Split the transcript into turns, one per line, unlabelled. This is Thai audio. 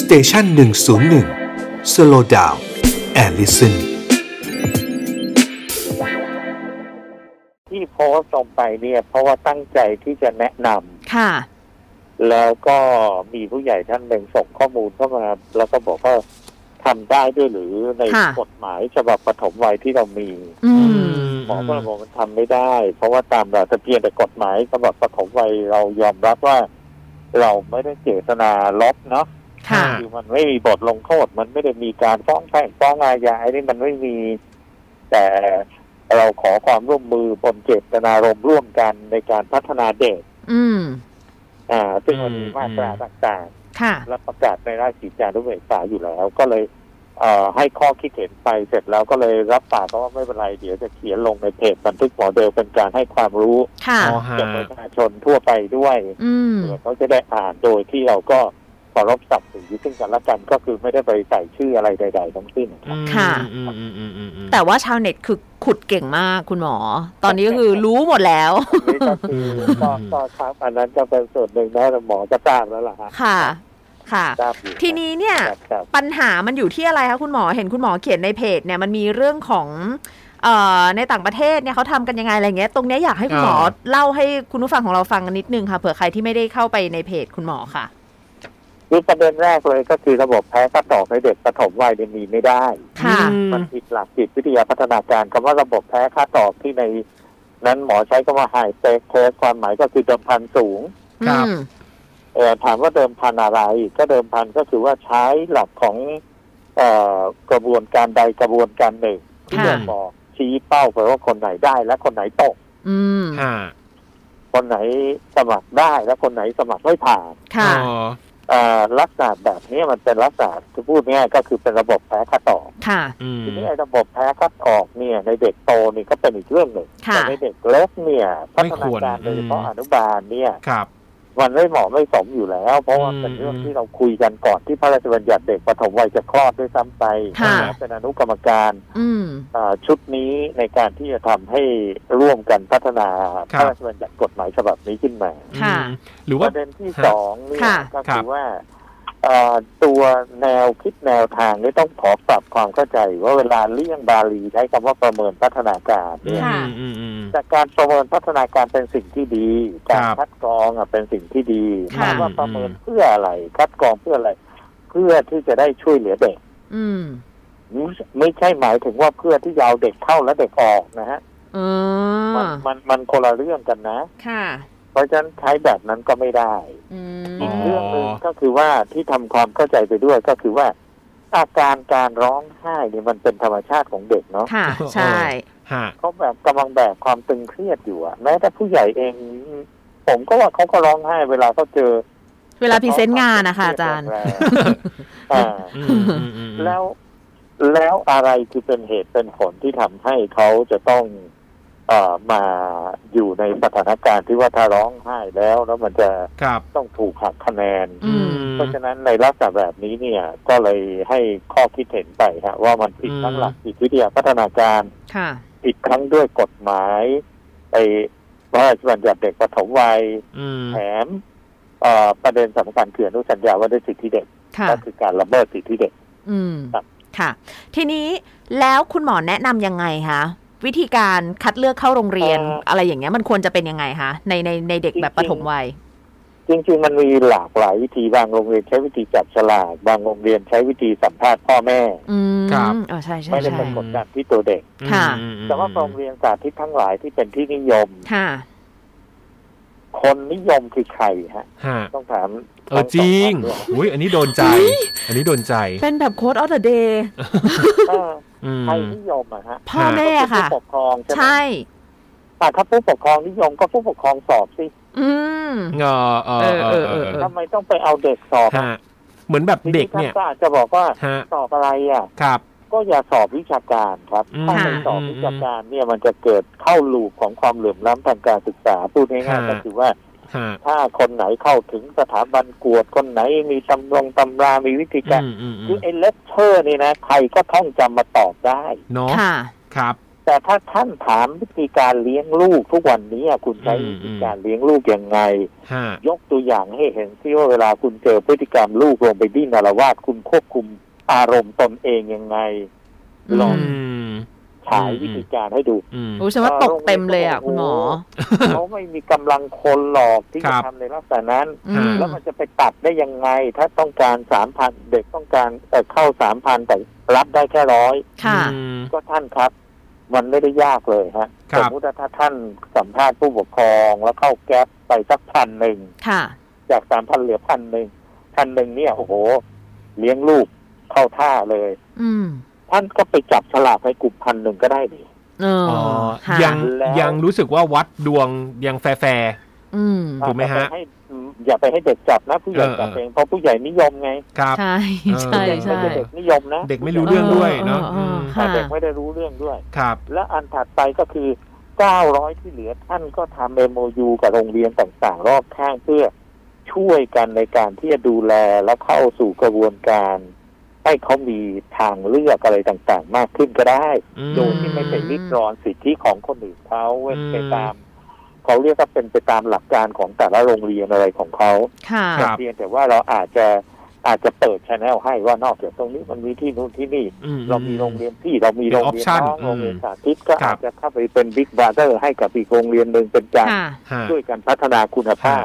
สเตชันหนึ่งศูนย์หนึ่งสโลดาวแอลลิสัน
ที่โพสต์ลงไปเนี่ยเพราะว่าตั้งใจที่จะแนะนำ
ค่ะ
แล้วก็มีผู้ใหญ่ท่านหนึ่งส่งข้อมูลเข้ามา แล้วก็บอกว่าทำได้ด้วยหรือใน
ค่ะ
กฎหมายฉบับปฐมวัยที่เรามี
อื
อื
ม
ม
หมอก็เลยบอกมันทำไม่ได้ เพราะว่าตามเราแต่เพียงแต่กฎหมายฉบับปฐมวัยเรายอมรับว่า เราไม่ได้เจตนาลบเนาะ
ค่ะ
คือมันไม่มีบทลงโทษ มันไม่ได้มีการฟ้องแพ่งฟ้องอาญาไอ้นี่มันไม่มี แต่เราขอความร่วมมือบนเจตนารมณ์ร่วมกันในการพัฒนาเด็ก
อืม
อ่าซึ่งมันมีมาตราต่าง
ค่ะ
ๆ และประกาศในราชกิจจานุเบกษาอยู่แล้ว ก็เลยเอ่อให้ข้อคิดเห็นไปเสร็จแล้วก็เลยรับปากเขาว่าไม่เป็นไรเดี๋ยวจะเขียนลงในเพจบันทึกหมอเดลเป็นการให้ความรู้
ค่ะ
อ๋อฮะ
แก่ประชาชนทั่วไปด้วย
อืม
เผื่อเขาจะได้อ่านโดยที่เราก็เคารพศักดิ์ศรีซึ่งกันและกันก็คือไม่ได้ไปใส่ชื่ออะไรใด ๆ ทั้งสิ้น
อืม
ค่ะ
อืมอืมอืมอืมอืม
แต่ว่าชาวเน็ตคือขุดเก่งมากคุณหมอ ตอนนี้ก็คือรู้หมดแล้ว
นี่ก็คือก็ก็ครับอันนั้นก็เป็นส่วนหนึ่งนะแต่หมอก็ทราบแล้วล่ะฮะ
ค่ะ ค่ะ
ทราบอยู่
ทีนี้เนี่ย
ครับครับ
ปัญหามันอยู่ที่อะไรคะคุณหมอ เห็นคุณหมอเขียนในเพจเนี่ยมันมีเรื่องของเอ่อในต่างประเทศเนี่ยเขาทำกันยังไงอะไรเงี้ย ตรงเนี้ยอยากให้คุณหมอ
อ่า
เล่าให้คุณผู้ฟังของเราฟังกันนิดนึงค่ะ เผื่อใครที่ไม่ได้เข้าไปในเพจคุณหมอค่ะ
คือประเด็นแรกเลยก็คือระบบแพ้กระต่อให้เด็กปฐมวัยเนี่ยมีไม่ได้
ค่ะ
อืม
มันผิดหลักจิตวิทยาพัฒนาการคำว่าระบบแพ้ค่าตอบที่ใน นั้นหมอใช้คำว่า high stake case ความหมายก็คือเดิมพันสูง
ครับ
อืม
เอ่อถามว่าเดิมพันอะไร ก็เดิมพันก็คือว่าใช้หลักของเอ่อกระบวนการใดกระบวนการหนึ่งที่
ค่ะ
บ่งบอกชี้เป้าไปว่าคนไหนได้ และคนไหนตก
อืม
ค่ะ
คนไหนสมัครได้และคนไหนสมัครไม่ผ่าน
ค่ะ
อ๋อ
เอ่อลักษณะแบบนี้มันเป็นลักษณะที่พูดง่ายๆก็คือเป็นระบบแพ้ค่าตอบ
ค่ะ
อืม
ทีนี้ไอ้ระบบแพ้คัดออกเนี่ยในเด็กโตนี่ก็เป็นอีกเรื่องหนึ่ง
ค่ะ
แต่ในเด็กเล็กเนี่ยพัฒนาการโดยเฉพาะอนุบาลเนี่ย
ครับ
มันไม่เหมาะไม่สมอยู่แล้ว เพราะว่าเป็นเรื่องที่เราคุยกันก่อนที่พระราชบัญญัติเด็กปฐมวัยจะคลอดด้วยซ้ำไป
ค่ะ
เป็นอนุกรรมการ
อืม
อ่าชุดนี้ในการที่จะทำให้ร่วมกันพัฒนาพ
ครับ
ระราชบัญญัติกฎหมายฉบับนี้ขึ้นมา
ค่ะ
อืมหรือ
ป
ว่า
ระเด็นที่
ฮะ
สองเนี่ย
ค่ะ
ก็
ครั
คื
บ
อว่าเอ่อตัวแนวคิดแนวทางนี่ต้องขอปรับความเข้าใจ ว่าเวลาเลี่ยงบาลีใช้คำว่าประเมินพัฒนาการเนี่ย
ค่ะ
อืมอืมอืม
แต่การประเมินพัฒนาการเป็นสิ่งที่ดี การ
ครับ
คัดกรองอะเป็นสิ่งที่ดี
ค่ะ
ถามว่า
อืม
ประเมินเพื่ออะไร คัดกรองเพื่ออะไร เพื่อที่จะได้ช่วยเหลือเด็ก
อืม
ไม่ไม่ใช่หมายถึงว่าเพื่อที่จะเอาเด็กเข้าและเด็กออกนะฮะ
เอ
มัน
อ
มันมันคนละเรื่องกันนะ
ค่ะ
เพราะฉะนั้นใช้แบบนั้นก็ไม่ได้
อืม
อีกเรื่องหนึ่งก็คือว่าที่ทำความเข้าใจไปด้วยก็คือว่าอาการการร้องไห้เนี่ยมันเป็นธรรมชาติของเด็กเนาะ
ค่ะ ใช่
ฮะ
เขาแบบกำลังแบกความตึงเครียดอยู่อะแม้แต่ผู้ใหญ่เอง ผมก็ว่าเขาก็ร้องไห้เวลาเขาเจอ
เวลาพรีเซนต์งานนะคะอาจารย์
แงๆอ่า
อืมอืมอืม
แล้วแล้วอะไรคือเป็นเหตุเป็นผลที่ทำให้เขาจะต้องเอ่อมาอยู่ในสถานการณ์ที่ว่าถ้าร้องไห้แล้วแล้วมันจะ
ครับ
ต้องถูกหักคะแนน
อืม
เพราะฉะนั้นในลักษณะแบบนี้เนี่ยก็เลยให้ข้อคิดเห็นไปฮะว่ามันผิดทั้งหลักจิตวิทยาพัฒนาการ
ค่ะ
ผิดทั้งด้วยกฎหมายไปพระราชบัญญัติเด็กปฐมวัย
อืม
แถมเอ่อประเด็นสำคัญคืออนุสัญญาว่าด้วยสิทธิเด็ก
ค่ะ
ก็คือการละเมิดสิทธิเด็ก
อืม
ครับ
ค่ะ ทีนี้แล้วคุณหมอแนะนำยังไงคะ วิธีการคัดเลือกเข้าโรงเรียน อะไรอย่างเงี้ยมันควรจะเป็นยังไงคะ ในในในเด็กแบบปฐมวัย
จริงๆมันมีหลากหลายวิธีบางโรงเรียนใช้วิธีจับฉลากบางโรงเรียนใช้วิธีสัมภาษณ์พ่อแม่
อืมเออใช่ใช่
ไม่ได้
ใช่
เป็นกดดันที่ตัวเด็ก
ค่ะ
อืมอืมอืม
แต่ว่าโรงเรียนสาธิตทั้งหลายที่เป็นที่นิยม
ค่ะ
คนนิยมคือใครฮะ
ฮะ
ต้องถาม
เออจริง
ทั้สอฝ่ายด้วย
อุ้ยอันนี้โดนใจ อันนี้โดนใจ
เป็นแบบโค้ดออเดอร์เดย์
เอ่อ
อืม
ใครนิยมอะฮะ
พ่อแม่
ก็
ค่ะ
ผู้ปกครองใช่ไหม
ใช่
อ่ะถ้าผู้ปกครองนิยมก็ผู้ปกครองสอบสิ
อืม
เออเออเออเออ
เออ
ทำไมต้องไปเอาเด็กสอบ
ฮะเหมือนแบบเด็กเนี่ย
ทีท่าก็อาจจะบอกว่า
ฮะ
สอบอะไรอ่ะ
ครับ
ก็อย่าสอบวิชาการครับ
อืม
ถ้าไป
ค่ะ
สอบวิชาการเนี่ยมันจะเกิดเข้าลูปของความเหลื่อมล้ำทางการศึกษาพูดง่าย
ค่ะ
ๆก็คือว่า
ฮะ
ถ้าคนไหนเข้าถึงสถาบันกวดคนไหนมีตำรงตำรามีวิธีการ
อืมอืมอื
คือ
ม
ไอ้เลคเชอร์นี่นะใครก็ท่องจำมาตอบได้
เนาะ
ค่ะ
ครับ
แต่ถ้าท่านถามวิธีการเลี้ยงลูกทุกวันนี้อะคุณใช้
อืม
วิธีการเลี้ยงลูกยังไง
ฮะ
ยกตัวอย่างให้เห็นที่ว่าเวลาคุณเจอพฤติกรรมลูกลงไปดิ้นอารวาสคุณควบคุมอารมณ์ตนเองยังไง ลอง
อืม
ฉายวิธีการให้ดู
อืม
โอ้ฉันว่าตกเต็มเลยอ่ะ คุณหมอ
เขาไม่มีกำลังคนหรอกที่
ครั
จะ
บ
ทำในลักษณะนั้น
อืม
แล้วมันจะไปตัดได้ยังไง ถ้าต้องการสามพันเด็กต้องการเอ่อเข้าสามพันแต่รับได้แค่ร้อย
ค่ะ
อืม
ก็ท่านครับ มันไม่ได้ยากเลยฮะ
ครั
ส
บ
มมติว่าถ้าท่านสัมภาษณ์ผู้ปกครองแล้วเข้าแก๊ปไปสักพันหนึ่ง
ค่ะ
จากสามพันเหลือพันหนึ่งพันหนึ่งเนี่ยโอ้โห เลี้ยงลูกเข้าท่าเลย
อืม
ท่านก็ไปจับฉลากในกลุ่มพันหนึ่งก็ได้ดิ
เออ
อ๋อ
ค่ะ
ยัง
แล้ว
ยังรู้สึกว่าวัดดวงยังแฟร์
อืม
ถูกไหมฮะ
อย่าปให้อย่าไปให้เด็กจับนะผู้ใหญ่
เออ
จับเองเพราะผู้ใหญ่นิยมไง
ๆครับ
ใช่ใช่
ผู้หญ่
ใช่
ไม่เด็กนิยมนะ
เด็กไม่รู้เรื่องด้วยเนาะ
เออเออเออ
ม
ค่ะ
เด็กไม่ได้รู้เรื่องด้วย
ครับ
และอันถัดไปก็คือ 900 ที่เหลือท่านก็ทำ MOU กับโรงเรียนต่างๆ รอบข้างเพื่อช่วยกันในการที่จะดูแลและเข้าสู่กระบวนการ ให้เขามีทางเลือกอะไรต่างๆ มากขึ้นก็ได้
อืม
โดยที่ไม่ไปริดรอนสิทธิของคนอื่นเขาเว้นไปตาม เขาเรียกว่าเป็นไปตามหลักการของแต่ละโรงเรียนอะไรของเขา
ค่ะ
ครับ
เพียงแต่ว่าเราอาจจะอาจจะเปิดชแนลให้ว่านอกจากตรงนี้มันมีที่นู่นที่นี่
อื
เรามีโรงเรียนพี่เรามี
เป็
โร
น
งเรียน
option
น้องโรงเรียน
อืม
สาธิตก็
ครั
อา
บ
จจะเข้าไปเป็นบิ๊กบราเ h อร์ให้กับอีกโรงเรียนหนึ่งเป็นการ
ค่ะ
ฮะ
ช่วยกันพัฒนาคุณภาพ